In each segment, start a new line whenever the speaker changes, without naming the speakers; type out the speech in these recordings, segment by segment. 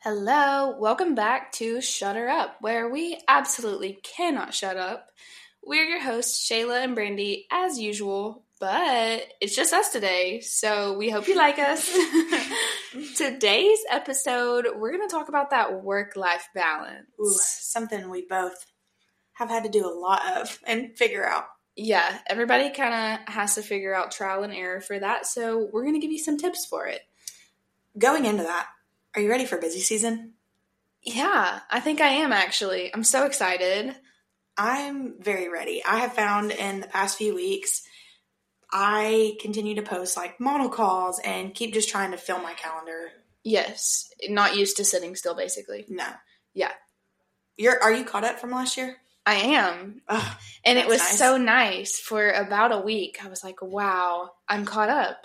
Hello, welcome back to Shut Her Up, where we absolutely cannot shut up. We're your hosts, Shayla and Brandy, as usual, but it's just us today, so we hope you like us. Today's episode, we're going to talk about that work life balance.
Ooh, something we both have had to do a lot of and figure out.
Yeah, everybody kind of has to figure out trial and error for that, so we're going to give you some tips for it.
Going into that, are you ready for busy season?
Yeah, I think I am actually. I'm so excited.
I'm very ready. I have found in the past few weeks, I continue to post like model calls and keep just trying to fill my calendar.
Yes, not used to sitting still basically.
No.
Yeah.
You're are you caught up from last year?
I am.
Ugh,
And it
That's
was
nice.
so nice for about a week. I was like, wow, I'm caught up.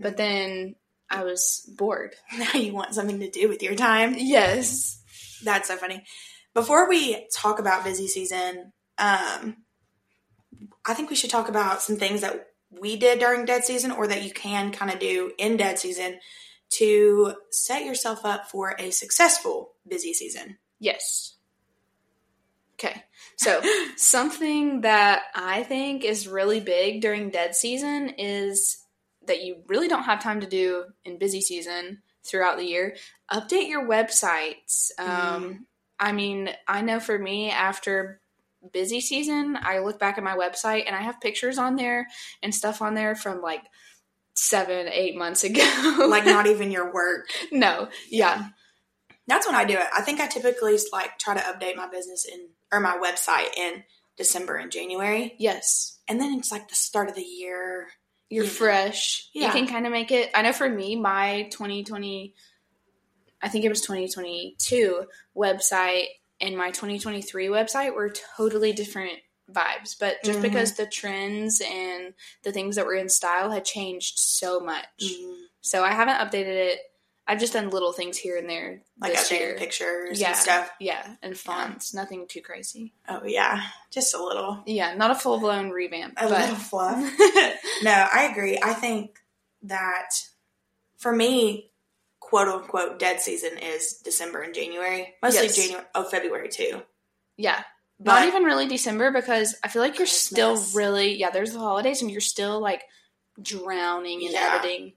Mm.
But then I was bored.
now you want something to do with your time.
Yes.
That's so funny. Before we talk about busy season, um, I think we should talk about some things that we did during dead season or that you can kind of do in dead season to set yourself up for a successful busy season.
Yes. Okay. So, something that I think is really big during dead season is that you really don't have time to do in busy season throughout the year. Update your websites. Um, I mean, I know for me, after busy season, I look back at my website and I have pictures on there and stuff on there from like seven, eight months ago.
Like not even your work.
no, yeah,
That's when I do it. I think I typically like try to update my business in or my website in December and January.
yes.
And then it's like the start of the year.
you're
Yeah.
fresh. You
Yeah.
can kind of make it. I know for me, my 2020, I think it was 2022 website and my 2023 website were totally different vibes. But just
Mhm.
because the trends and the things that were in style had changed so much,
Mm-hmm. Mm,
so I haven't updated it. I've just done little things here and there
Like
this year.
updating pictures
Yeah.
and stuff.
Yeah, and fonts, nothing too crazy.
Oh yeah. Just a little.
Yeah, not a full blown revamp,
a little
but
fluff. no, I agree. I think that for me, quote unquote, dead season is December and January. Mostly
Yes.
January. Oh, February too.
yeah,
But
not even really December because I feel like you're still
Christmas.
really yeah. There's the holidays and you're still like drowning in
Yeah.
editing.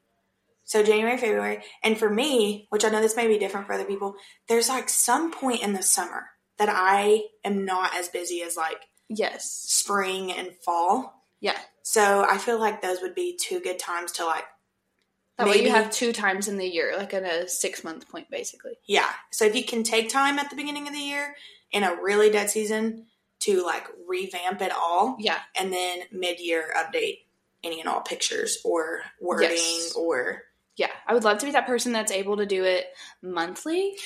so January, February, and for me, which I know this may be different for other people, there's like some point in the summer that I am not as busy as like
Yes.
spring and fall.
Yeah.
So I feel like those would be two good times to like
That way
Maybe-
you have two times in the year, like at a six month point basically.
Yeah. So if you can take time at the beginning of the year in a really dead season to like revamp it all
Yeah.
and then mid year update any and all pictures or wording
Yes.
or
Yeah. I would love to be that person that's able to do it monthly,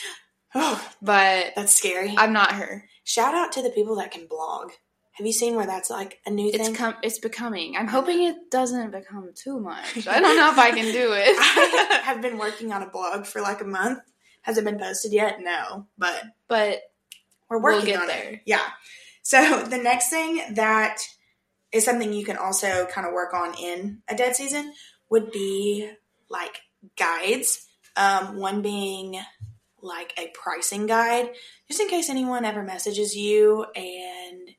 oh,
but
that's scary.
I'm not her.
Shout out to the people that can blog. Have you seen where that's like a new
It's
thing?
com- it's becoming. I'm hoping it doesn't become too much. I don't know if I can do
I
it.
have been working on a blog for like a month. Has it been posted yet? No, but
but
we're
We'll
working
get
on
there.
it. Yeah. So the next thing that is something you can also kind of work on in a dead season would be like guides. Um, one being like a pricing guide, just in case anyone ever messages you, and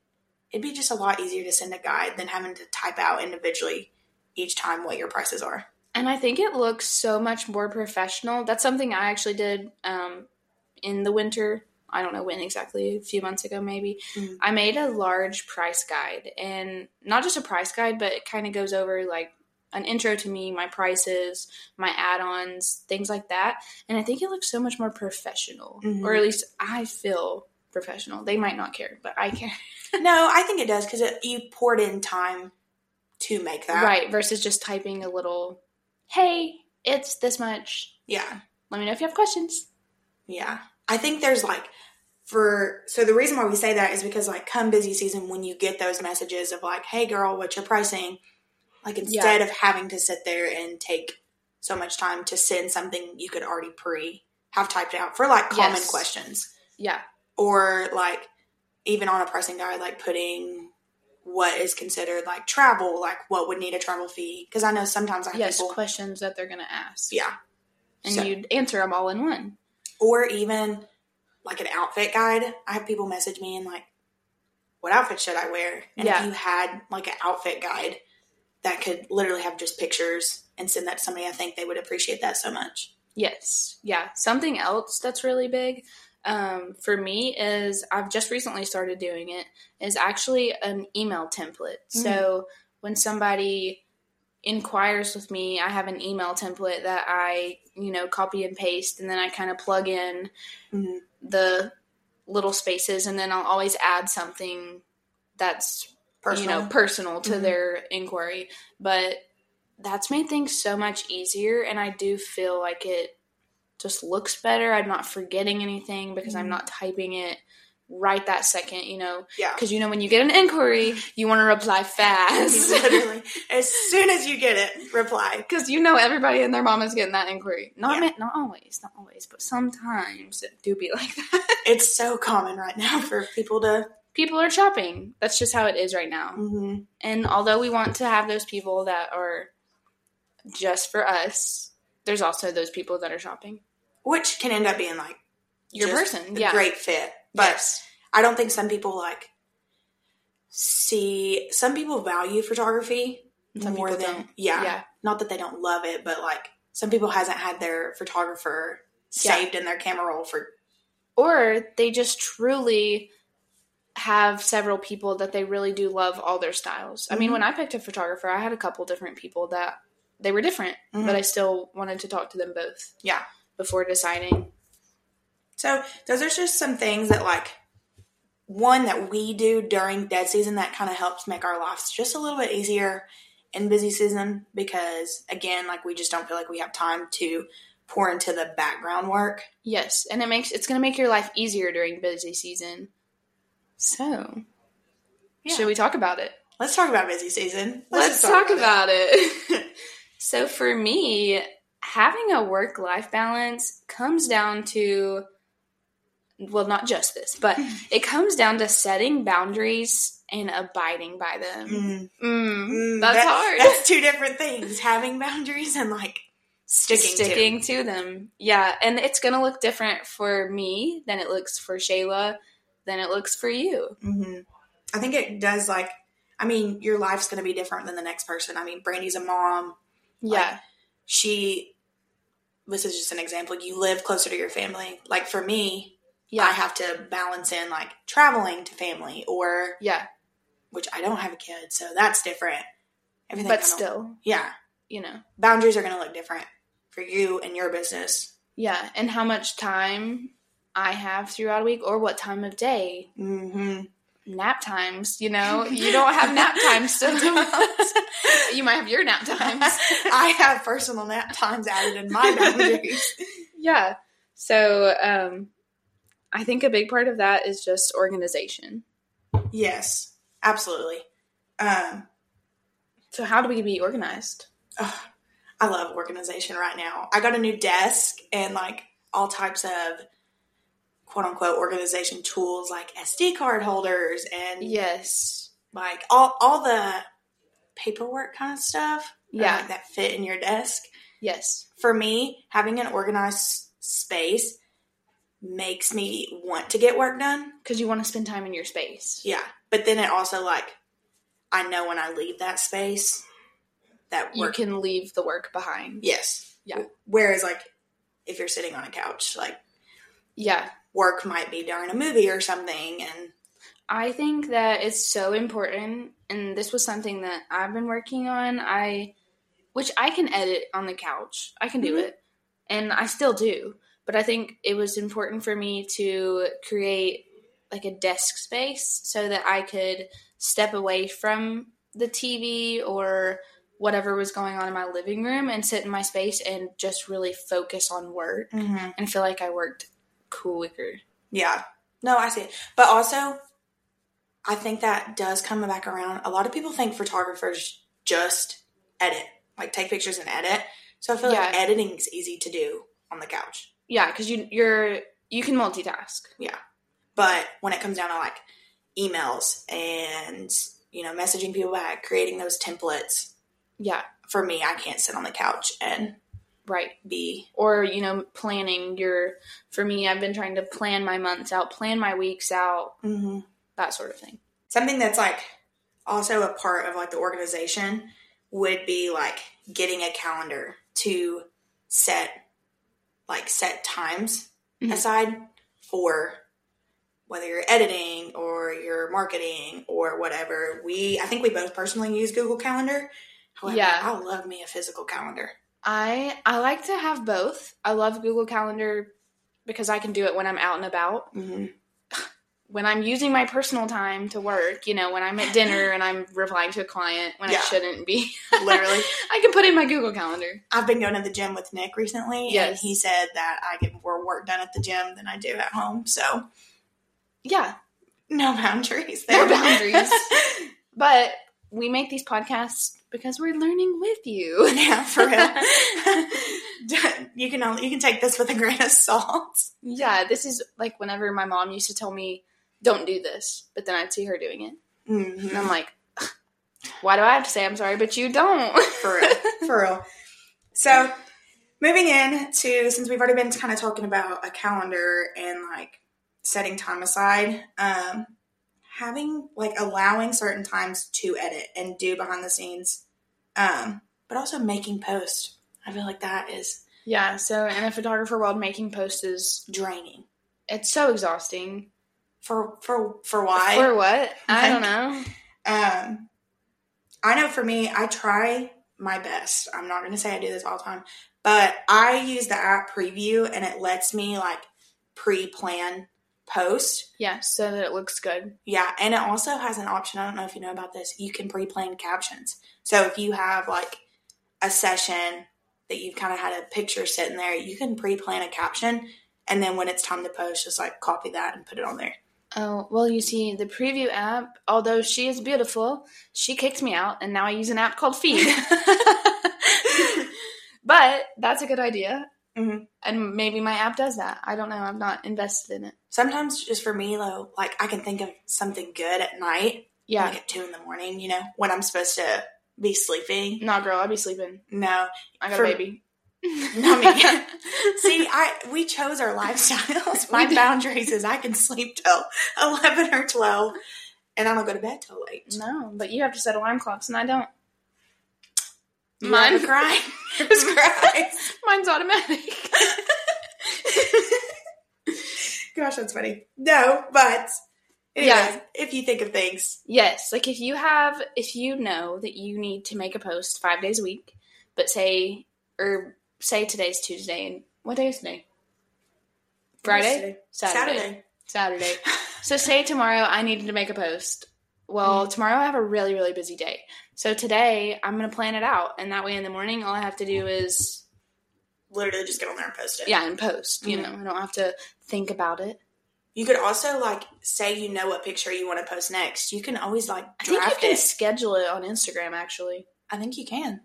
it'd be just a lot easier to send a guide than having to type out individually each time what your prices are.
And I think it looks so much more professional. That's something I actually did um, in the winter. I don't know when exactly, a few months ago maybe.
Mhm.
I made a large price guide and not just a price guide, but it kind of goes over like an intro to me, my prices, my add ons, things like that. And I think it looks so much more professional,
Mhm.
or at least I feel professional. They might not care, but I care.
no, I think it does because you poured in time to make that.
Right, versus just typing a little, hey, it's this much.
Yeah.
Let me know if you have questions.
Yeah. I think there's like for so the reason why we say that is because like come busy season when you get those messages of like, hey girl, what's your pricing? Like instead of having to sit there and take so much time to send something you could already pre have typed out for like common
Yes.
questions.
Yeah.
Or like even on a pricing guide, like putting what is considered like travel, like what would need a travel fee. Cause I know sometimes I have
yes
people
questions that they're going to ask
Yeah.
and
So-
you'd answer them all in one
or even like an outfit guide. I have people message me and like, what outfit should I wear? And
Yeah.
if you had like an outfit guide that could literally have just pictures and send that to somebody, I think they would appreciate that so much.
Yes. Yeah. Something else that's really big um, for me is I've just recently started doing it is actually an email template.
Mm.
So when somebody inquires with me, I have an email template that I, you know, copy and paste and then I kind of plug in Mm-hmm.
hmm
the little spaces and then I'll always add something that's
Personal.
you know personal to
Mhm.
their inquiry but that's made things so much easier and i do feel like it just looks better i'm not forgetting anything because i'm
Mhm.
not typing it right that second you know
yeah.
because you know when you get an inquiry you want to reply fast
Literally, as soon as you get it, reply.
because you know everybody and their mom is getting that inquiry not
Yeah.
ma- not always not always but sometimes it do be like that
It's so common right now for people to.
people are shopping that's just how it is right now
Mhm.
And although we want to have those people that are just for us, there's also those people that are shopping.
Which can end up being like
Your
just
person,
a
yeah.
great fit. But
yes.
I don't think some people like see some people value photography
And some
more
people
than
don't.
yeah.
Yeah.
Not that they don't love it, but like some people hasn't had their photographer
Yeah.
saved in their camera roll for
Or they just truly have several people that they really do love all their styles. I mean,
Mhm.
when I picked a photographer, I had a couple different people that they were different,
Mhm.
but I still wanted to talk to them both.
Yeah.
Before deciding.
So those are just some things that like one that we do during dead season that kind of helps make our lives just a little bit easier in busy season because again like we just don't feel like we have time to pour into the background work.
Yes, and it makes it's going to make your life easier during busy season. So,
Yeah.
should we talk about it?
Let's talk about busy season.
Let's,
just
talk, about it. so for me, having a work life balance comes down to well, not just this, but it comes down to setting boundaries and abiding by them.
it. Mm.
Mm,
Mm,
that's
that-
hard.
That's two different things: having boundaries and like sticking, to.
sticking to them. Yeah, and it's going to look different for me than it looks for Shayla, than it looks for you.
Mhm. I think it does. Like, I mean, your life's going to be different than the next person. I mean, Brandy's a mom.
Yeah.
She. This is just an example. You live closer to your family. Like for me,
yeah.
I have to balance in like traveling to family, or
yeah.
which I don't have a kid, so that's different. Everything,
But
kinda-
still,
yeah,
you know.
boundaries are going to look different for you and your business.
Yeah, and how much time I have throughout a week or what time of day.
Mm-hmm.
Nap times, you know, you don't have nap times still. you might have your nap times.
I have personal nap times added in my boundaries.
Yeah. So, um, I think a big part of that is just organization.
Yes, absolutely. Um,
So, how do we be organized?
ugh, I love organization right now. I got a new desk and like all types of quote unquote organization tools like SD card holders and
Yes.
like all, all the paperwork kind of stuff uh,
Yeah.
that fit in your desk.
Yes.
For me, having an organized s- space makes me want to get work done.
Because you want to spend time in your space.
Yeah. But then it also like I know when I leave that space that
You
work
can leave the work behind.
Yes.
Yeah.
Whereas like if you're sitting on a couch, like
Yeah.
work might be during a movie or something and
I think that it's so important, and this was something that I've been working on. I, which I can edit on the couch, I can do
Mhm.
it, and I still do. But I think it was important for me to create like a desk space so that I could step away from the TV or whatever was going on in my living room and sit in my space and just really focus on work and feel like I worked quicker.
yeah. No, I see it. But also I think that does come back around. A lot of people think photographers just edit, like take pictures and edit. So I feel like
Yeah.
editing's easy to do on the couch.
Yeah, because you you're you can multitask.
But when it comes down to like emails and you know, messaging people back, creating those templates,
Yeah.
for me, I can't sit on the couch and
Right.
be.
Or, you know, planning your, for me, I've been trying to plan my months out, plan my weeks out,
Mm-hmm.
that sort of thing.
Something that's like also a part of like the organization would be like getting a calendar to set like set times
Mhm.
aside for whether you're editing or your marketing or whatever. We I think we both personally use Google Calendar. However,
Yeah.
I love me a physical calendar.
I I like to have both. I love Google Calendar because I can do it when I'm out and about.
Mm-hmm.
When I'm using my personal time to work, you know, when I'm at dinner and I'm replying to a client when
Yeah.
I shouldn't be,
Literally.
I can put in my Google Calendar.
I've been going to the gym with Nick recently, and
Yes.
he said that I get more work done at the gym than I do at home. So
Yeah,
no boundaries.
no
There
boundaries. but we make these podcasts because we're learning with you.
yeah, for real. you can only, you can take this with a grain of salt.
Yeah, this is like whenever my mom used to tell me, "Don't do this," but then I'd see her doing it, and
Mm-hmm.
I'm like, "Why do I have to say I'm sorry, but you don't?"
For real, for real. So moving in to since we've already been kind of talking about a calendar and like setting time aside, um, having like allowing certain times to edit and do behind the scenes, um, but also making posts. I feel like that is
Yeah, so in the photographer world, making posts is
draining.
it's so exhausting.
For for for why?
For what? I
Like-
don't know.
Um, I know for me, I try my best. I'm not going to say I do this all the time, but I use the app Preview and it lets me like pre plan post.
Yeah, so that it looks good.
Yeah. And it also has an option. I don't know if you know about this. You can pre plan captions. So if you have like a session that you've kind of had a picture sitting there, you can pre plan a caption. And then when it's time to post, just like copy that and put it on there.
Oh, well, you see, the preview app, although she is beautiful, she kicked me out, and now I use an app called Feed. but that's a good idea.
Mhm.
And maybe my app does that. I don't know. I've not invested in it.
Sometimes just for me though, like I can think of something good at night
Yeah.
like at two in the morning, you know, when I'm supposed to be sleeping.
Nah, girl, I'll be sleeping.
No,
I got
For-
a baby.
No, I see, I we chose our lifestyles.
We
My
did.
boundaries is I can sleep till eleven or twelve, and I don't go to bed till late.
no, but you have to set alarm clocks, and I don't.
You
Mine-
have a cry. Yours cries.
Mine's automatic.
Gosh, that's funny. No, but anyways,
Yeah.
if you think of things,
Yes, like if you have, if you know that you need to make a post five days a week, but say, or say today's Tuesday, and what day is today? Friday?
Saturday.
Saturday. Saturday. so say tomorrow I needed to make a post. Well, tomorrow I have a really, really busy day. So today I'm going to plan it out. And that way in the morning, all I have to do is,
literally just get on there and post it.
yeah, and post. You
Mhm.
know, I don't have to think about it.
You could also like say you know what picture you want to post next. You can always like
I think you
draft
can
it.
schedule it on Instagram, actually.
I think you can.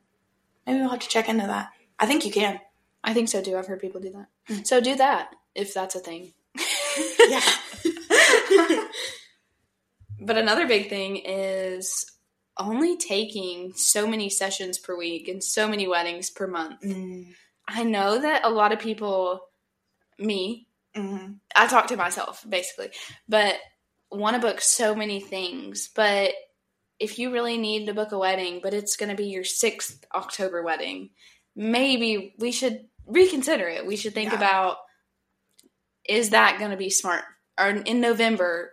Maybe we'll have to check into that. I think you can.
I think so too. I've heard people do that. So do that if that's a thing.
Yeah.
But another big thing is only taking so many sessions per week and so many weddings per month.
mm-hmm.
I know that a lot of people, me, I talk to myself basically, but want to book so many things. But if you really need to book a wedding, but it's going to be your sixth October wedding, maybe we should reconsider it. We should think
Yeah.
about is that going to be smart? Or in November,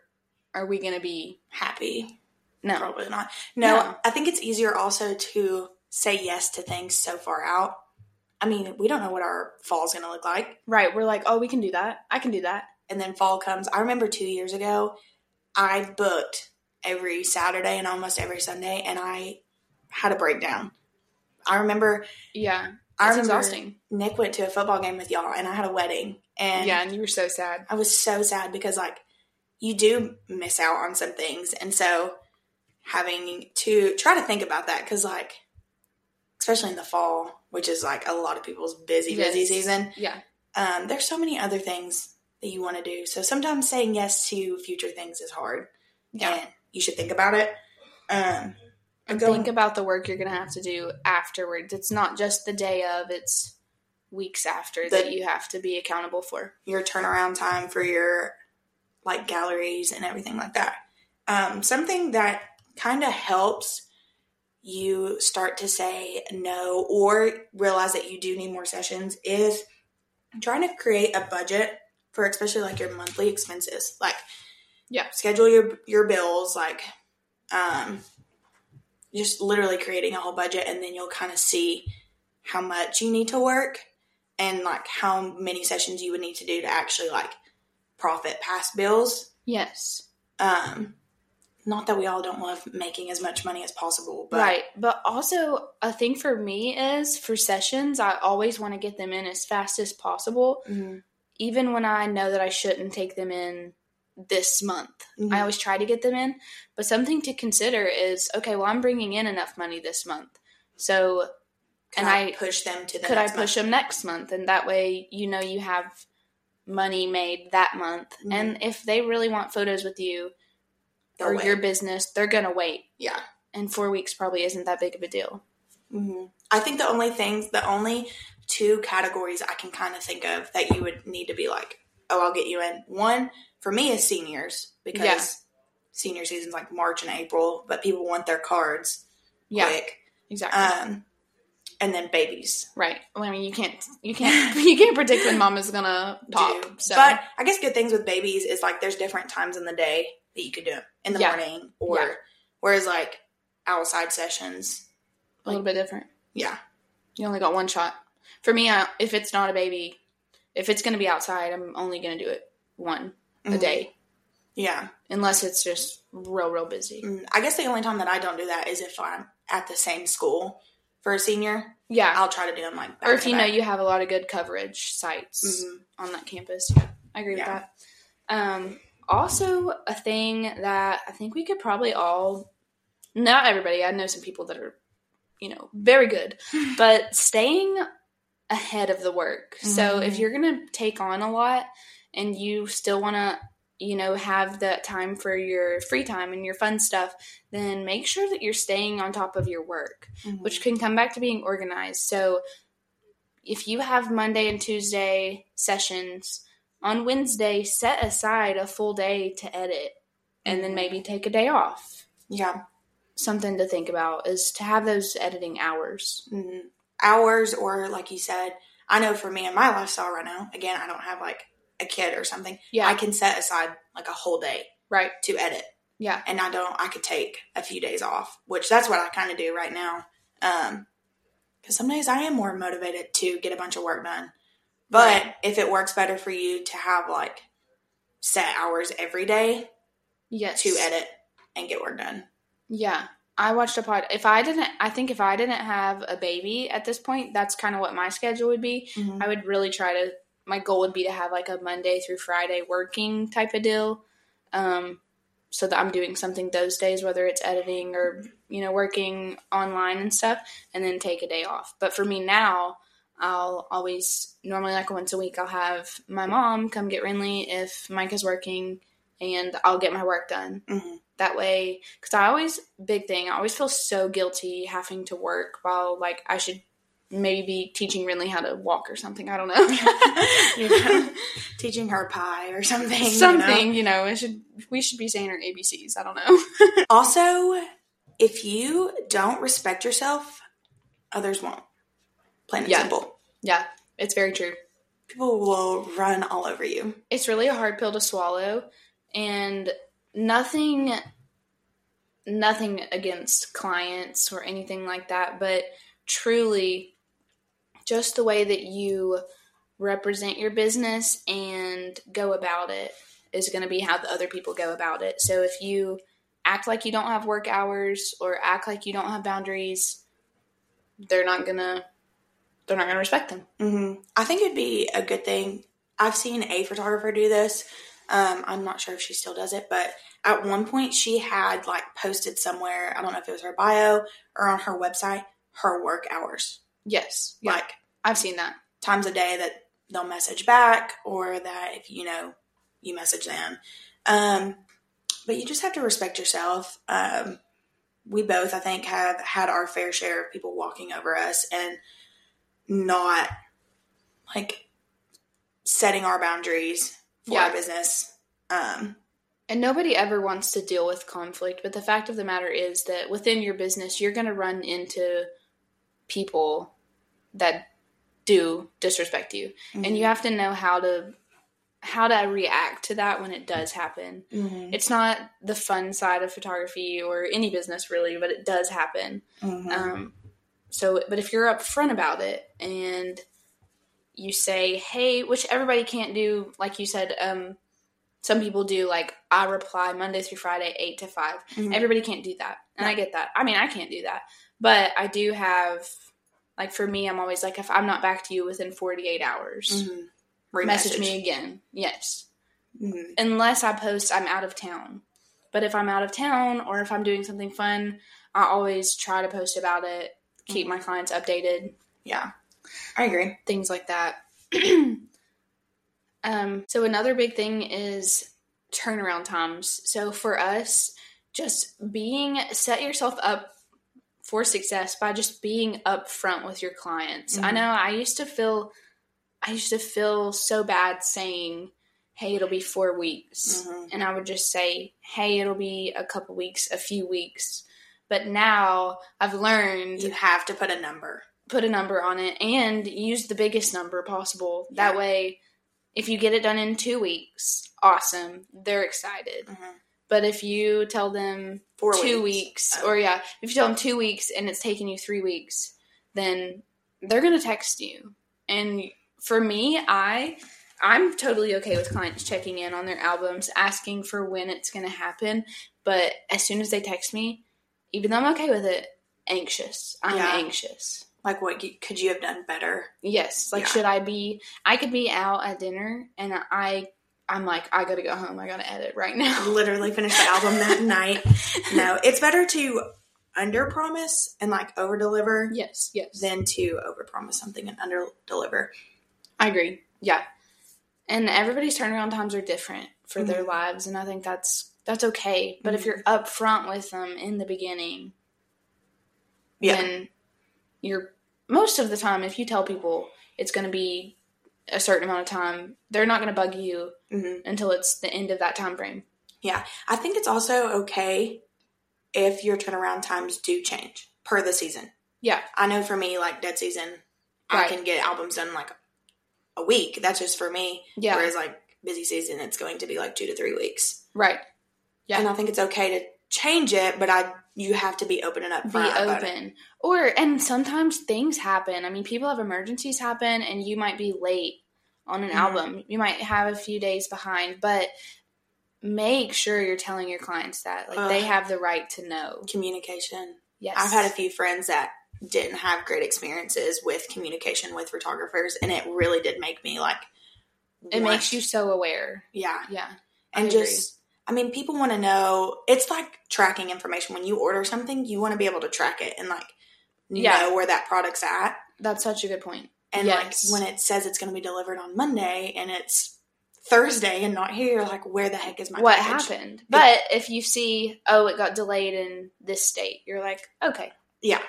are we going to be
Happy.
no?
Probably not. No,
No.
I think it's easier also to say yes to things so far out. I mean, we don't know what our fall's going to look like.
Right? We're like, oh, we can do that. I can do that.
And then fall comes. I remember two years ago, I booked every Saturday and almost every Sunday, and I had a breakdown. I remember.
Yeah, it's
I remember
exhausting.
Nick went to a football game with y'all, and I had a wedding. And
yeah, and you were so sad.
I was so sad because like you do miss out on some things, and so having to try to think about that because like especially in the fall, which is like a lot of people's busy
Yes.
busy season,
Yeah,
um, there's so many other things that you want to do. So sometimes saying yes to future things is hard,
yeah.
and you should think about it. Um,
and
going-
think about the work you're going to have to do afterwards. It's not just the day of, it's weeks after
The-
that you have to be accountable for.
your turnaround time for your like galleries and everything like that. Um, something that kind of helps you start to say no or realize that you do need more sessions is trying to create a budget for especially like your monthly expenses. Like,
Yeah.
schedule your your bills. Like, um, just literally creating a whole budget, and then you'll kind of see how much you need to work and like how many sessions you would need to do to actually like profit past bills.
Yes.
Um, not that we all don't love making as much money as possible, but
right. But also, a thing for me is for sessions, I always want to get them in as fast as possible,
Mhm.
even when I know that I shouldn't take them in this month. Mm-hmm. I always try to get them in. But something to consider is okay, well, I'm bringing in enough money this month. So
Could
and
I,
I-
push them to the
could I
next
push them next month? And that way, you know, you have money made that month.
Mhm.
And if they really want photos with you
month?
or
They'll
your
wait.
business, they're going to wait.
yeah.
And four weeks probably isn't that big of a deal.
hmm I think the only things, the only two categories I can kind of think of that you would need to be like, oh, I'll get you in. One for me is seniors because
Yeah.
senior season's like March and April, but people want their cards
Yeah,
quick.
exactly.
Um, and then babies.
right. Well, I mean, you can't, you can't, you can't predict when mama's going to pop.
do.
So,
But I guess good things with babies is like there's different times in the day that you could do it in the
Yeah.
morning or
Yeah.
whereas like outside sessions.
a little bit different.
Yeah.
You only got one shot. For me, I, if it's not a baby, if it's going to be outside, I'm only going to do it one a
Mhm.
day,
Yeah.
unless it's just real, real busy.
Mm, I guess the only time that I don't do that is if I'm at the same school for a senior.
Yeah.
I'll try to do them like back
or if
to
you know
back.
you have a lot of good coverage sites
Mhm.
on that campus. Yeah, I agree
Yeah.
with that. Um, also, a thing that I think we could probably all, not everybody, I know some people that are, you know, very good, but staying ahead of the work. So if
Mhm.
you're going to take on a lot and you still want to, you know, have that time for your free time and your fun stuff, then make sure that you're staying on top of your work
Mhm.
which can come back to being organized. So if you have Monday and Tuesday sessions, on Wednesday, set aside a full day to edit and then maybe take a day off.
yeah
Something to think about is to have those editing hours.
Mhm. hours or like you said. I know for me in my lifestyle right now. Again, I don't have like a kid or something.
Yeah.
I can set aside like a whole day
right.
to edit.
Yeah.
and I don't, I could take a few days off, which that's what I kind of do right now. Um, because some days I am more motivated to get a bunch of work done. But if it works better for you to have like set hours every day
Yes.
to edit and get work done,
Yeah. I watched a pod. If I didn't, I think if I didn't have a baby at this point, that's kind of what my schedule would be. I would really try to. My goal would be to have like a Monday through Friday working type of deal, um, so that I'm doing something those days, whether it's editing or you know working online and stuff, and then take a day off. But for me now, I'll always normally like once a week I'll have my mom come get Renly if Mike is working, and I'll get my work done
Mhm.
that way because i always big thing i always feel so guilty having to work while like i should maybe be teaching Rinley how to walk or something i don't
You
know
know, teaching her pie or something. you know?
something you know i should we should be saying our abcs i don't know
Also, if you don't respect yourself, others won't. Plain and
Yeah.
simple.
yeah it's very true
People will run all over you.
it's really a hard pill to swallow and nothing nothing against clients or anything like that but truly just the way that you represent your business and go about it is going to be how the other people go about it so if you act like you don't have work hours or act like you don't have boundaries they're not going to they're not going to respect them
hmm I think it'd be a good thing. I've seen a photographer do this. Um, I'm not sure if she still does it, but at one point she had like posted somewhere, I don't know if it was her bio or on her website, her work hours.
yes
Like
i've seen that
times a day that they'll message back or that if you know you message them. Um, but you just have to respect yourself. Um, we both, I think, have had our fair share of people walking over us and not like setting our boundaries for
Yeah.
our business. Um,
And nobody ever wants to deal with conflict, but the fact of the matter is that within your business, you're going to run into people that do disrespect you. And
Mm-hmm.
you have to know how to how to react to that when it does happen.
Mhm.
It's not the fun side of photography or any business really, but it does happen.
Mhm.
Um, so, but if you're upfront about it and you say, "Hey," which everybody can't do, like you said, um, some people do. Like I reply Monday through Friday, eight to 5
Mhm.
Everybody can't do that, and I
No.
get that. I mean, I can't do that, but I do have. Like for me, I'm always like, if I'm not back to you within 48 hours,
Mhm. Remessage.
message me again. Yes,
Mhm.
unless I post I'm out of town. But if I'm out of town or if I'm doing something fun, I always try to post about it, keep my clients updated,
Yeah, I agree.
things like that. um, so another big thing is turnaround times. So for us, just being set yourself up for success by just being upfront with your clients. I
Mhm.
know I used to feel I used to feel so bad saying, "Hey, it'll be 4 weeks."
Mhm.
and I would just say, "Hey, it'll be a couple weeks, a few weeks." But now I've learned
You have to put a number.
put a number on it and use the biggest number possible. That
Yeah.
way, if you get it done in 2 weeks, awesome. They're excited. But if you tell them
Mm-hmm. Four
2
weeks. Oh.
weeks, or yeah, if you tell them 2 weeks and it's taking you 3 weeks, then they're going to text you. And for me, I I'm totally okay with clients checking in on their albums, asking for when it's going to happen, but as soon as they text me, even though I'm okay with it, anxious. I'm
Yeah.
anxious.
Like, what you, could you have done better?
Yes, like
Yeah.
should I be I could be out at dinner and I I'm like I got to go home. I got to edit right now.
Literally finished the album that night. No, it's better to under promise and like over deliver
Yes, yes.
than to over promise something and under deliver.
I agree. Yeah. And everybody's turnaround times are different for their lives and I think that's that's okay. But if
Mhm.
you're upfront with them in the beginning, then you're most of the time if you tell people it's going to be a certain amount of time, they're not going to bug you
hmm
until it's the end of that time frame.
I think it's also okay if your turnaround times do change per the season.
Yeah.
I know for me, like dead season, I
Right.
can get albums done in, like a week. That's just for me.
Yeah.
Whereas like busy season, it's going to be like two to three weeks.
right. Yeah.
And I think it's okay to change it, but I you have to be open and up.
be open or and sometimes things happen i mean people have emergencies happen and you might be late on an
Mhm.
album you might have a few days behind but make sure you're telling your clients that like they
Ugh.
have the right to know
Communication.
yes
I've had a few friends that didn't have great experiences with communication with photographers, and it really did make me like.
it
want-
makes you so aware
yeah,
yeah I
and
agree.
just I mean, people want to know. It's like tracking information. When you order something, you want to be able to track it and like
Yeah.
know where that product's at.
that's such a good point
And
Yes.
like when it says it's going to be delivered on Monday and it's Thursday and not here, like where the heck is my
what
package?
happened but if you see oh it got delayed in this state you're like okay
Yeah,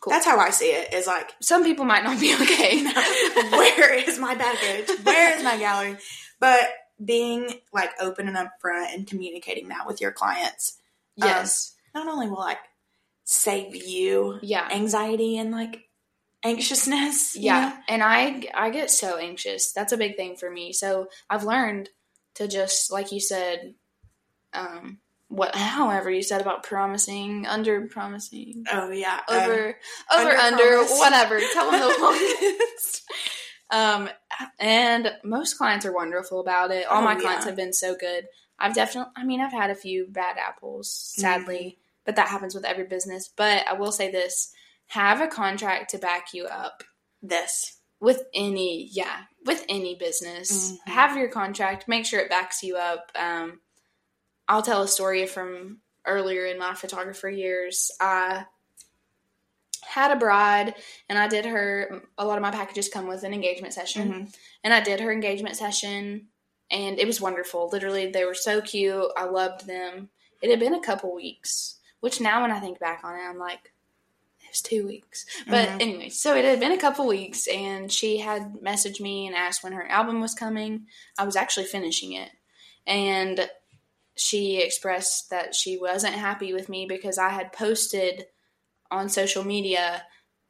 Cool.
That's how I see it. Is like
some people might not be okay
where is my package? Where is my gallery? But being like open and upfront and communicating that with your clients um,
yes
not only will like save you
yeah
anxiety and like anxiousness. you
yeah
know?
and i i get so anxious that's a big thing for me so i've learned to just like you said um what however you said about promising under promising
Oh yeah. um,
over over under
under-promise.
whatever tell them the longest um and most clients are wonderful about it all
Oh,
my clients
yeah.
have been so good i've definitely i mean i've had a few bad apples sadly
Mm-hmm.
but that happens with every business but i will say this have a contract to back you up
this.
with any yeah with any business
Mhm.
have your contract make sure it backs you up um, i'll tell a story from earlier in my photographer years i had a bride and i did her a lot of my packages come with an engagement session
Mhm.
and i did her engagement session and it was wonderful literally they were so cute i loved them it had been a couple weeks which now when i think back on it i'm like was two weeks. But
Mhm.
anyway, so it had been a couple weeks, and she had messaged me and asked when her album was coming. I was actually finishing it, and she expressed that she wasn't happy with me because I had posted on social media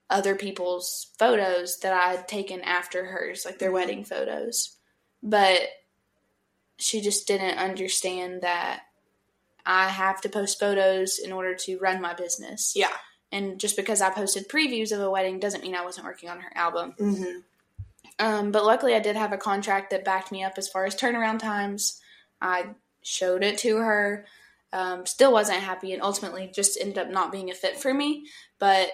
other people's photos that I had taken after hers, like their
Mhm.
wedding photos. But she just didn't understand that I have to post photos in order to run my business.
Yeah.
And just because I posted previews of a wedding doesn't mean I wasn't working on her album.
Mm-hmm.
Um, but luckily, I did have a contract that backed me up as far as turnaround times. I showed it to her. Um, still wasn't happy, and ultimately just ended up not being a fit for me. But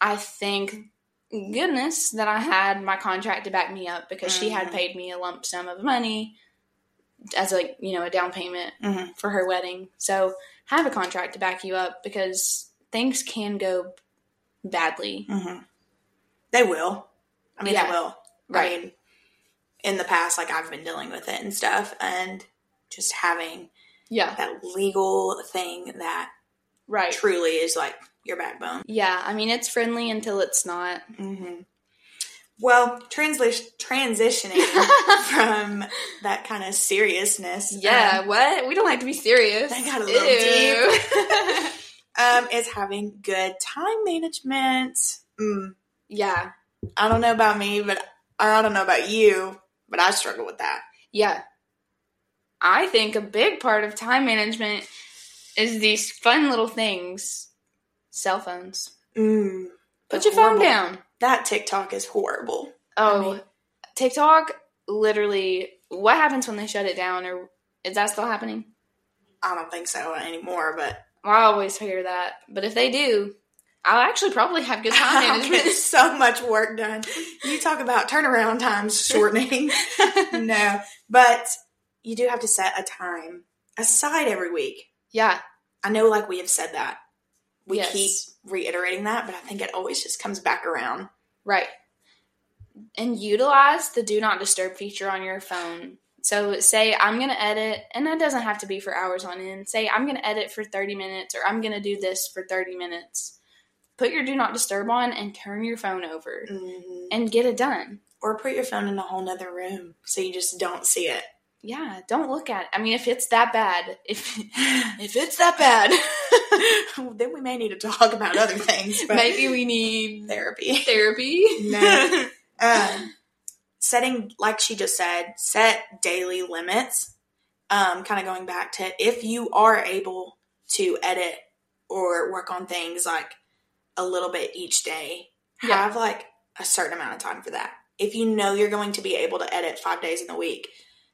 I think goodness that I had my contract to back me up because she had
Mhm.
paid me a lump sum of money as like you know a down payment
Mm-hmm.
for her wedding. So have a contract to back you up because things can go badly.
Mm-hmm. They will. I mean,
Yeah.
they will. I mean, in the past, like I've been dealing with it and stuff, and just having
Yeah.
that legal thing that
Right.
truly is like your backbone.
Yeah. I mean, it's friendly until it's not.
Mm-hmm. Well, transli- transitioning from that kind of seriousness,
yeah.
um,
what? We don't like to be serious.
That got a little
Ew.
um, is having good time management. Mm,
yeah.
I don't know about me, but or I don't know about you, but I struggle with that.
Yeah. I think a big part of time management is these fun little things. Cell phones.
Mm,
Put
They're
your phone
horrible.
down.
that TikTok is horrible.
Oh,
I mean-
TikTok. Literally, what happens when they shut it down? Or is that still happening?
I don't think so anymore, but
Well, I always hear that. But if they do, I'll actually probably have good time
I'll get
management.
so much work done. You talk about turnaround times shortening. no, but you do have to set a time aside every week.
yeah.
I know, like we have said that. We
Yes.
keep reiterating that, but I think it always just comes back around.
Right. And utilize the do not disturb feature on your phone. So say I'm going to edit and that doesn't have to be for hours on end. Say I'm going to edit for 30 minutes or I'm going to do this for 30 minutes. Put your do not disturb on and turn your phone over and get it done.
Mm-hmm. Or put your phone in a whole nother room so you just don't see it.
Yeah, don't look at it. I mean if it's that bad, if if it's that bad,
then we may need to talk about other things, but
maybe we need
therapy.
therapy.
No. um, setting like she just said set daily limits um, kind of going back to if you are able to edit or work on things like a little bit each day
Yeah.
have like a certain amount of time for that if you know you're going to be able to edit five days in the week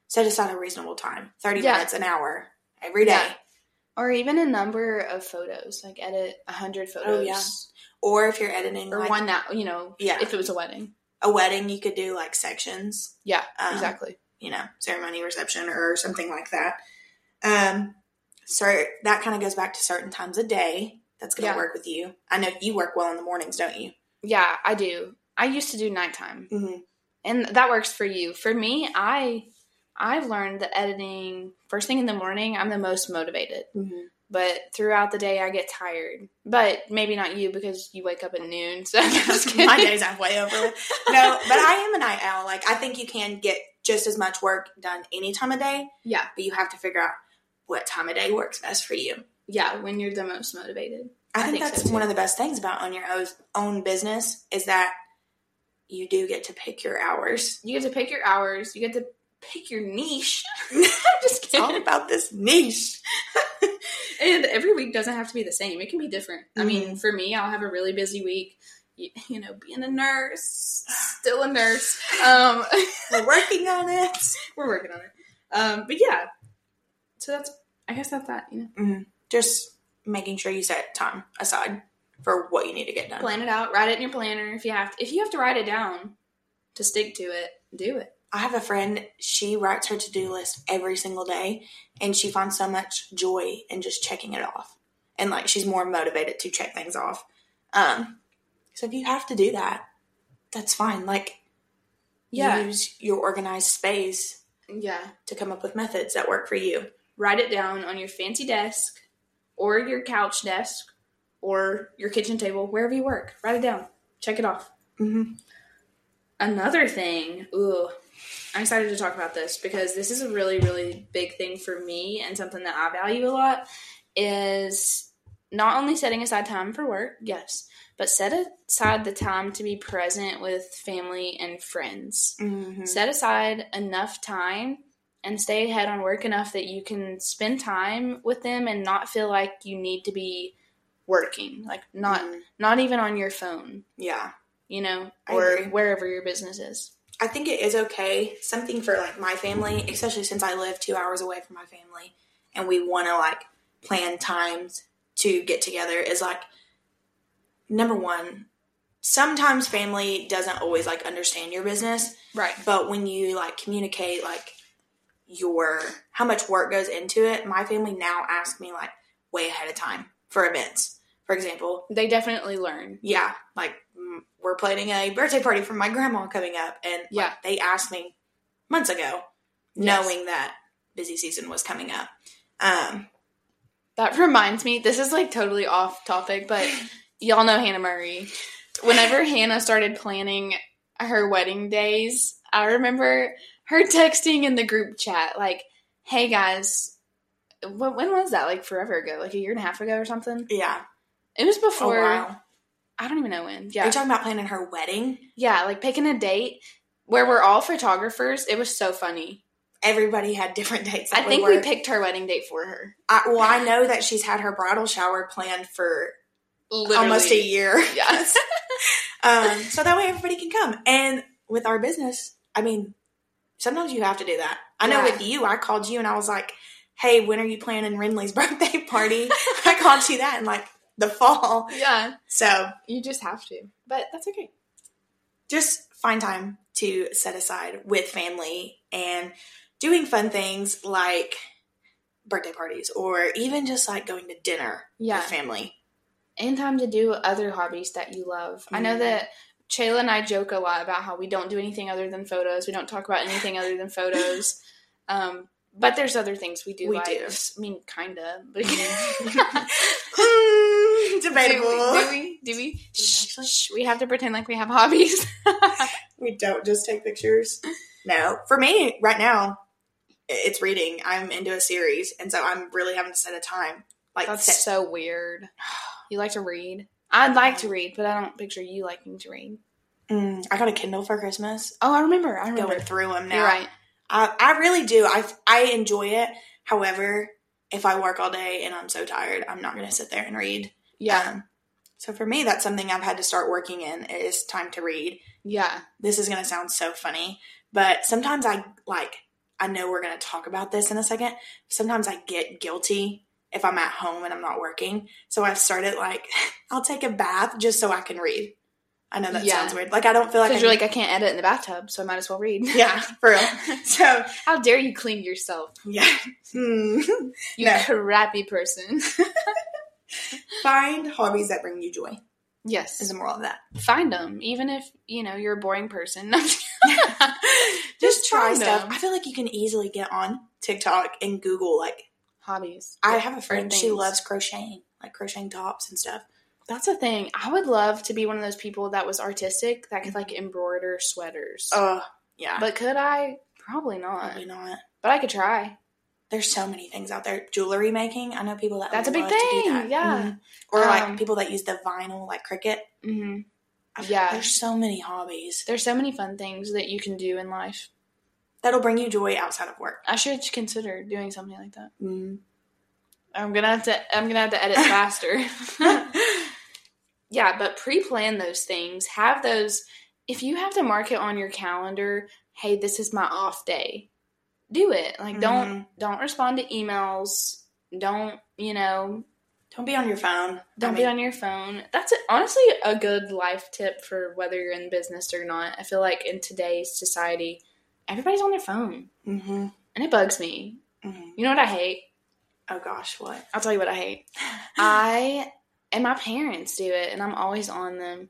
set aside a reasonable time 30
Yeah.
minutes an hour every day
Yeah. or even a number of photos, like edit a hundred photos.
yeah. or if you're editing
Or
like
one that you know,
yeah
if it was a wedding.
a wedding you could do like sections
Yeah,
Um,
exactly.
you know, ceremony, reception, or something like that. Um, so that kind of goes back to certain times of day. That's going to
Yeah.
work with you. I know you work well in the mornings, don't you?
Yeah, I do. I used to do nighttime,
Mm-hmm.
and that works for you. For me, I I've learned that editing first thing in the morning, I'm the most motivated.
Mm-hmm.
But throughout the day, I get tired. But maybe not you because you wake up at noon. So I'm just kidding.
My days are way over. with. No, but I am a night owl. Like I think you can get just as much work done any time of day,
Yeah,
but you have to figure out what time of day works best for you.
yeah. When you're the most motivated.
I,
I
think,
think so,
that's
too.
one of the best things about on your own- own business is that you do get to pick your hours.
You get to pick your hours. You get to pick your niche. I'm just
It's all
kidding.
about this niche.
And every week doesn't have to be the same. It can be different. I mean, for me, I'll have a really busy week. You, you know, being a nurse, still a nurse. Um,
We're working on it.
we're working on it. Um, but yeah, so that's. I guess that's that. You know,
Just making sure you set time aside for what you need to get done.
plan it out. Write it in your planner if you have. To, if you have to write it down to stick to it, do it.
I have a friend, she writes her to do list every single day, and she finds so much joy in just checking it off. And like, she's more motivated to check things off. Um, so if you have to do that, that's fine. Like,
Yeah,
use your organized space
yeah.
to come up with methods that work for you.
Write it down on your fancy desk or your couch desk or your kitchen table, wherever you work. Write it down. Check it off.
Mhm.
Another thing, ooh, I'm excited to talk about this because this is a really, really big thing for me and something that I value a lot is not only setting aside time for work, yes, but set aside the time to be present with family and friends.
Mhm.
Set aside enough time and stay ahead on work enough that you can spend time with them and not feel like you need to be working, like not
Mhm.
not even on your phone,
Yeah.
you know,
I
or
agree.
wherever your business is.
I think it is okay. Something for like my family, especially since I live two hours away from my family, and we want to like plan times to get together. Is like number one. Sometimes family doesn't always like understand your business,
Right.
but when you like communicate like your how much work goes into it, my family now asks me like way ahead of time for events. For example,
They definitely learn.
yeah, like mm, we're planning a birthday party for my grandma coming up, and like,
Yeah.
they asked me months ago,
Yes.
knowing that busy season was coming up. Um,
That reminds me, this is like totally off topic, but y'all know Hannah Murray. Whenever Hannah started planning her wedding days, I remember her texting in the group chat, like, hey guys, wh- when was that? Like forever ago, like a year and a half ago or something?
yeah,
It was
for
before,
a while.
I don't even know when.
You're
Yeah.
talking about planning her wedding.
yeah, like picking a date where we're all photographers. It was so funny.
Everybody had different dates. that
I
would
think we
work.
picked her wedding date for her.
I, well, I know that she's had her bridal shower planned for
Literally.
almost a year,
Yes.
um, so that way everybody can come. And with our business, I mean, sometimes you have to do that. I know
Yeah.
with you, I called you and I was like, hey, when are you planning Renly's birthday party? I called you that in like the fall.
yeah.
So
You just have to. But that's okay.
just find time to set aside with family and doing fun things like birthday parties or even just like going to dinner
Yeah.
with family.
And time to do other hobbies that you love. I know
Mhm.
that Shayla and I joke a lot about how we don't do anything other than photos. We don't talk about anything other than photos. Um, but there's other things we do
We
like.
do.
I mean, kind of.
Mm, debatable.
Do we? Do we? Do we? Shh, shh, we have to pretend like we have hobbies.
We don't just take pictures. No, for me right now, i- it's reading. I'm into a series, and so I'm really having to set a time. Like,
That's
set-
so weird. You like to read? I'd like to read, but I don't picture you liking to read.
Mm, I got a Kindle for Christmas.
Oh, I remember. I remember.
Going through them now.
You're right.
I, I really do. I I enjoy it. However, if I work all day and I'm so tired, I'm not going to sit there and read.
Yeah.
Um, so for me, that's something I've had to start working in. Is time to read.
Yeah.
this is going to sound so funny, but sometimes I like, I know we're going to talk about this in a second. Sometimes I get guilty if I'm at home and I'm not working. So I've started like, I'll take a bath just so I can read. I know that
Yeah.
sounds weird. Like, I don't feel like,
Because you're "Ah."
I'm-
like, I can't edit in the bathtub, so I might as well read.
yeah, for real. So,
How dare you clean yourself,
yeah. Hmm.
you
No.
crappy person.
Find hobbies that bring you joy is
yes.
the moral of that.
Find them, even if, you know, you're a boring person. just,
Just try
find
stuff.
'em.
I feel like you can easily get on TikTok and Google like
Hobbies.
I have a friend. She
things.
loves crocheting, like crocheting tops and stuff.
That's a thing. I would love to be one of those people that was artistic that could, like, embroider sweaters.
Oh, yeah.
But could I? Probably not.
Probably not.
But I could try.
There's so many things out there. Jewelry making. I know people that
That's a big
love to do
thing,
that.
yeah.
Mhm. Or
Um,
like people that use the vinyl, like cricket.
hmm
I feel-
Yeah.
There's so many hobbies
There's so many fun things that you can do in life.
that'll bring you joy outside of work.
I should consider doing something like that.
Mm.
I'm gonna have to. I'm gonna have to edit faster. yeah, but pre-plan those things. Have those. If you have to mark it on your calendar, hey, this is my off day. Do it. Like don't
Mm-hmm.
don't respond to emails. Don't you know?
Don't be on your phone.
Don't
I
be
mean,
on your phone. That's a, honestly a good life tip for whether you're in business or not. I feel like in today's society, everybody's on their phone,
Mhm,
and it bugs me.
mhm.
You know what I hate?
Oh gosh, what?
I'll tell you what I hate. I and my parents do it, and I'm always on them.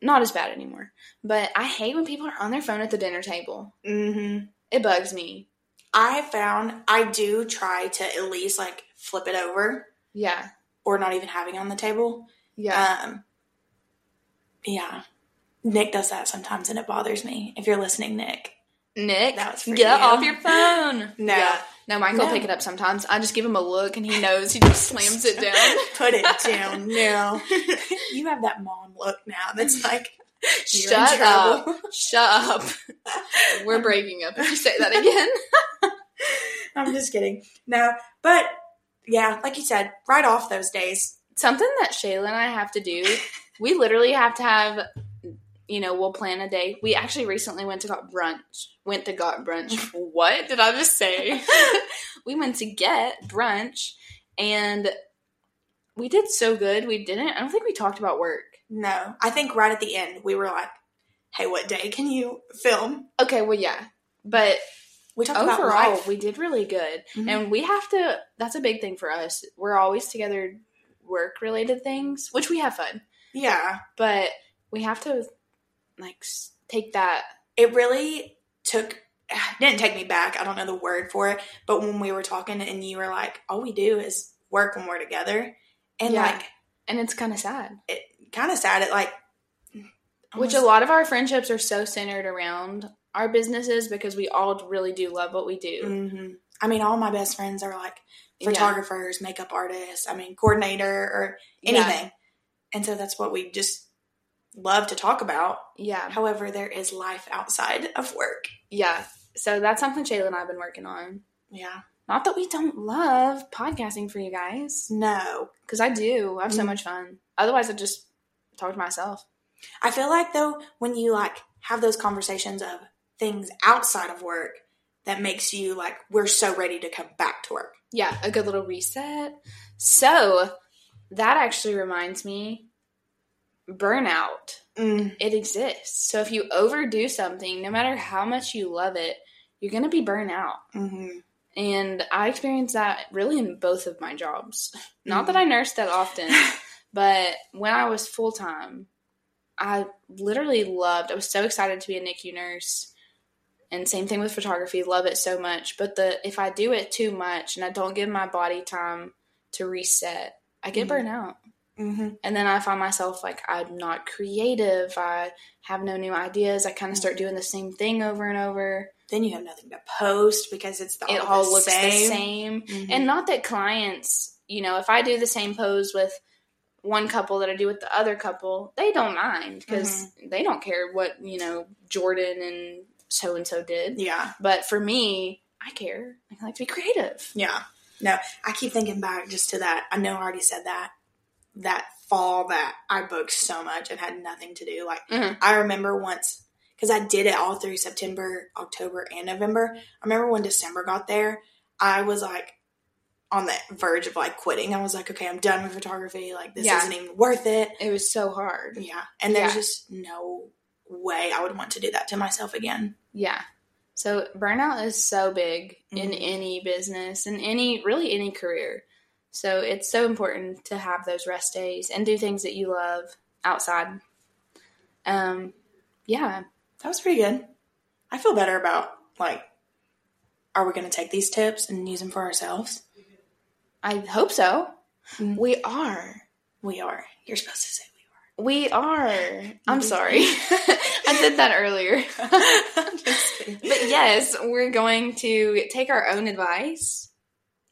Not as bad anymore, but I hate when people are on their phone at the dinner table.
hmm
It bugs me.
I found I do try to at least like flip it over
Yeah,
or not even having on the table.
Yeah.
Um, yeah. Nick does that sometimes and it bothers me. If you're listening, Nick.
Nick,
that was for
get
you.
off your phone.
No.
Yeah. No, Michael will
No.
pick it up sometimes. I just give him a look and he knows. He just slams it down.
Put it down now. you have that mom look now that's like, you're in
Shut up.
trouble.
Shut up. We're breaking up if you say that again.
I'm just kidding. No, but yeah, like you said, right off those days.
Something that Shayla and I have to do, we literally have to have you know, we'll plan a day. We actually recently went to got brunch. Went to got brunch. what did I just say? we went to get brunch and we did so good. We didn't I don't think we talked about work.
No, I think right at the end we were like, "Hey, what day can you film?"
Okay, well yeah. But
We talked about
overall
life.
we did really good
Mhm.
and we have to that's a big thing for us we're always together work related things which we have fun
yeah,
but we have to like s- take that
it really took didn't take me back. I don't know the word for it, but when we were talking and you were like, "All we do is work when we're together," and
Yeah.
like
and it's kind of sad
kind of sad. It like Oh,
which a lot of our friendships are so centered around our businesses because we all really do love what we do
hmm I mean, all my best friends are like
Yeah.
photographers, makeup artists. I mean, coordinator or
Yeah.
anything. And so that's what we just love to talk about.
yeah yeah,
However, there is life outside of work.
so that's something shayla and i've been working on
Yeah.
not that we don't love podcasting for you guys
No.
because i do i have so
Mhm.
much fun otherwise i just talk to myself
I feel like though when you like have those conversations of things outside of work that makes you like we're so ready to come back to work.
Yeah, a good little reset. So that actually reminds me burnout.
Mm.
It exists. So if you overdo something, no matter how much you love it, you're going to be burnt out.
Mm-hmm.
And I experienced that really in both of my jobs. Not that I nursed that often, but when I was full time, I literally loved. I was so excited to be a NICU nurse, and same thing with photography. Love it so much, but the if I do it too much and I don't give my body time to reset, I get
Mhm.
burnt out,
mm-hmm.
and then I find myself like I'm not creative. I have no new ideas. I kind of start doing the same thing over and over.
Then you have nothing to post because it's the,
it
the
all looks the same.
same. Mhm.
And not that clients, you know, if I do the same pose with one couple that I do with the other couple, they don't mind because
Mm-hmm.
they don't care what, you know, Jordan and so and so did.
Mm-hmm. yeah,
But for me, I care. I like to be creative.
yeah. No, I keep thinking back just to that. I know I already said that. That fall that I booked so much and had nothing to do. Like
Mhm.
I remember once because I did it all through September, October, and November. I remember when December got there, I was like on the verge of like quitting. I was like, okay, I'm done with photography. Like this
Yeah.
isn't even worth it.
It was so hard.
Yeah, and there's
Yeah.
just no way I would want to do that to myself again.
Yeah. So burnout is so big in
Mhm.
any business and any really any career. So it's so important to have those rest days and do things that you love outside. Um yeah.
That was pretty good. I feel better about like, are we going to take these tips and use them for ourselves?
I hope so.
Mm.
We are.
We are. You're supposed to say we
We are. I'm
Mhm.
sorry. I did that earlier.
are. I'm just kidding.
but yes, we're going to take our own advice.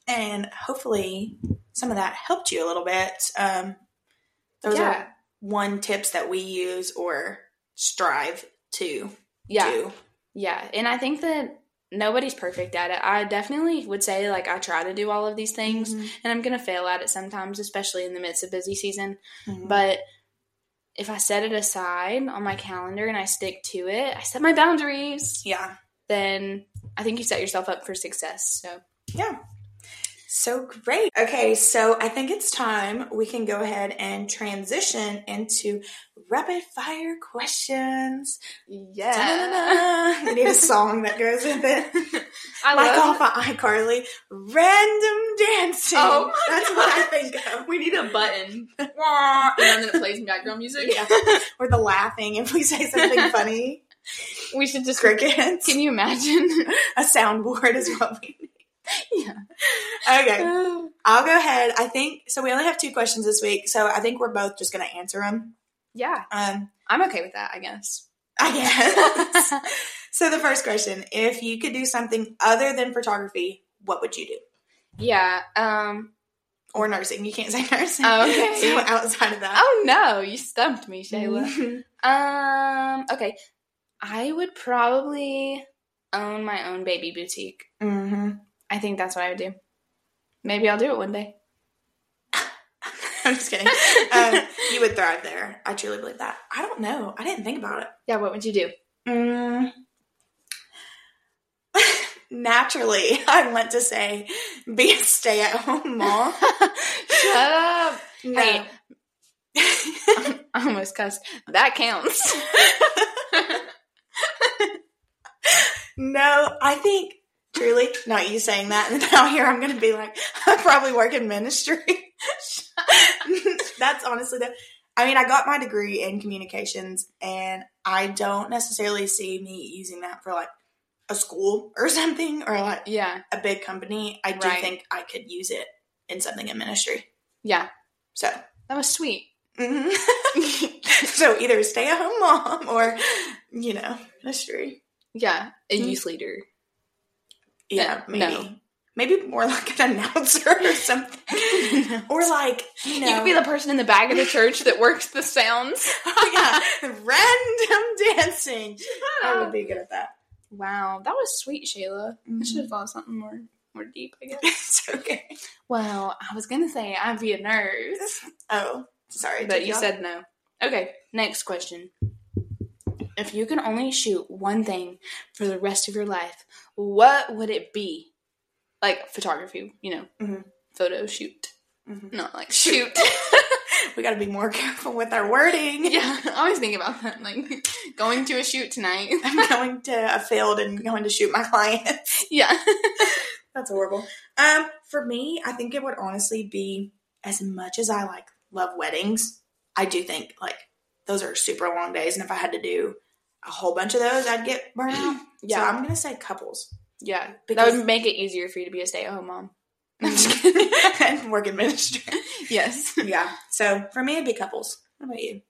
and hopefully some of that helped you a little bit. Um, those
yeah.
are one tips that we use or strive to
yeah.
do.
Yeah. And I think that nobody's perfect at it. I definitely would say, like, I try to do all of these things
Mm-hmm.
and I'm going to fail at it sometimes, especially in the midst of busy season.
Mhm.
But if I set it aside on my calendar and I stick to it, I set my boundaries,
yeah,
then I think you set yourself up for success. So.
yeah. So great. Okay, so I think it's time we can go ahead and transition into rapid fire questions. Da-da-da-da. We need a song that goes with it.
I
like
love.
off of iCarly, random dancing.
Oh my
That's what I think of.
we need a button, and then it plays background music.
Yeah. or the laughing if we say something funny.
We should just.
Crickets.
Can you imagine?
A soundboard is what we need.
yeah.
Okay. I'll go ahead. I think so. We only have two questions this week, so I think we're both just going to answer them.
yeah,
Um,
I'm okay with that, I guess.
I guess. so the first question: If you could do something other than photography, what would you do?
yeah. Um.
Or nursing? You can't say nursing.
Oh, okay.
so outside of that,
Oh no, you stumped me, Shayla. um. Okay. I would probably own my own baby boutique.
hmm
I think that's what I would do. Maybe I'll do it one day.
I'm just kidding. um, you would thrive there. I truly believe that. I don't know. I didn't think about it.
yeah. What would you do?
Mm. Naturally, I want to say be a stay at home mom.
Shut up.
No.
Hey. I almost cussed. That counts.
no, I think truly, not you saying that, and now here I'm going to be like, I probably work in ministry. That's honestly the. I mean, I got my degree in communications, and I don't necessarily see me using that for like a school or something or like
yeah.
a big company. I do
Right.
think I could use it in something in ministry.
Yeah.
So
That was sweet.
hmm so either stay at home mom or, you know, ministry.
Yeah. A
Mm.
youth leader.
Yeah,
No.
maybe. Maybe more like an announcer or something. or like, you know.
You could be the person in the back of the church that works the sounds.
oh, yeah, random dancing. I would be good at that.
Wow, that was sweet, Shayla. I should have thought of something more more deep, I guess.
it's okay.
Well, I was gonna say I'd be a nurse,
Oh, sorry.
but
did
you
y'all-
said no. Okay, next question. If you could only shoot one thing for the rest of your life, what would it be? Like photography, you know,
Mhm.
photo shoot,
Mhm.
not like Mm-hmm. shoot.
we got to be more careful with our wording.
yeah, I always think about that. Like going to a shoot tonight.
I'm going to a field and going to shoot my client.
yeah.
That's horrible. Um, for me, I think it would honestly be as much as I like love weddings, I do think like those are super long days, and if I had to do a whole bunch of those, I'd get burnt out.
Yeah.
So I'm gonna say couples.
Yeah, that
Because-
would make it easier for you to be a stay-at-home mom. I'm just kidding.
and work in ministry.
yes.
Mm-hmm. yeah. So for me it'd be couples. How about you?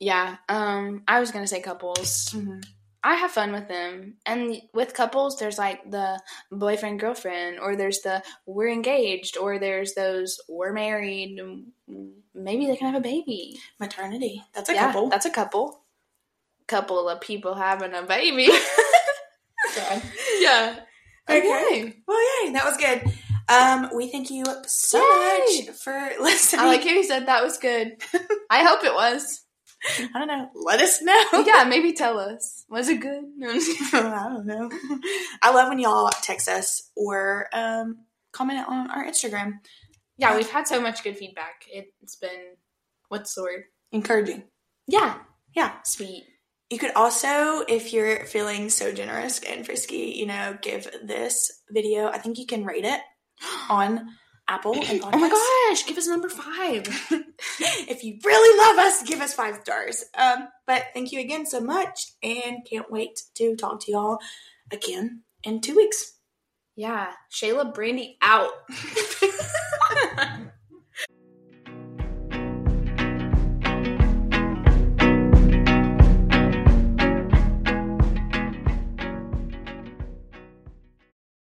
Yeah. Um, I was gonna say couples.
Mm-hmm.
I have fun with them, and with couples, there's like the boyfriend girlfriend, or there's the we're engaged, or there's those we're married. and Maybe they can have a baby.
Maternity. That's a
yeah,
couple.
that's a couple. Couple of people having a baby.
good.
yeah.
Okay. Well yay, that was good. Um, we thank you so
Yay.
much for listening.
I like how you said that was good. I hope it was.
I don't know. Let us know.
Yeah, maybe tell us. Was it good? No, I'm just kidding.
I don't know. I love when y'all text us or um, comment on our Instagram.
Yeah, we've had so much good feedback. It's been what's the word?
Encouraging.
Yeah,
Yeah.
sweet.
You could also, if you're feeling so generous and frisky, you know, give this video. I think you can rate it on Apple and
Oh my gosh, give us number five.
gosh. If you really love us, give us five stars. Um, but thank you again so much and can't wait to talk to y'all again in two weeks.
Yeah, Shayla Brandy out.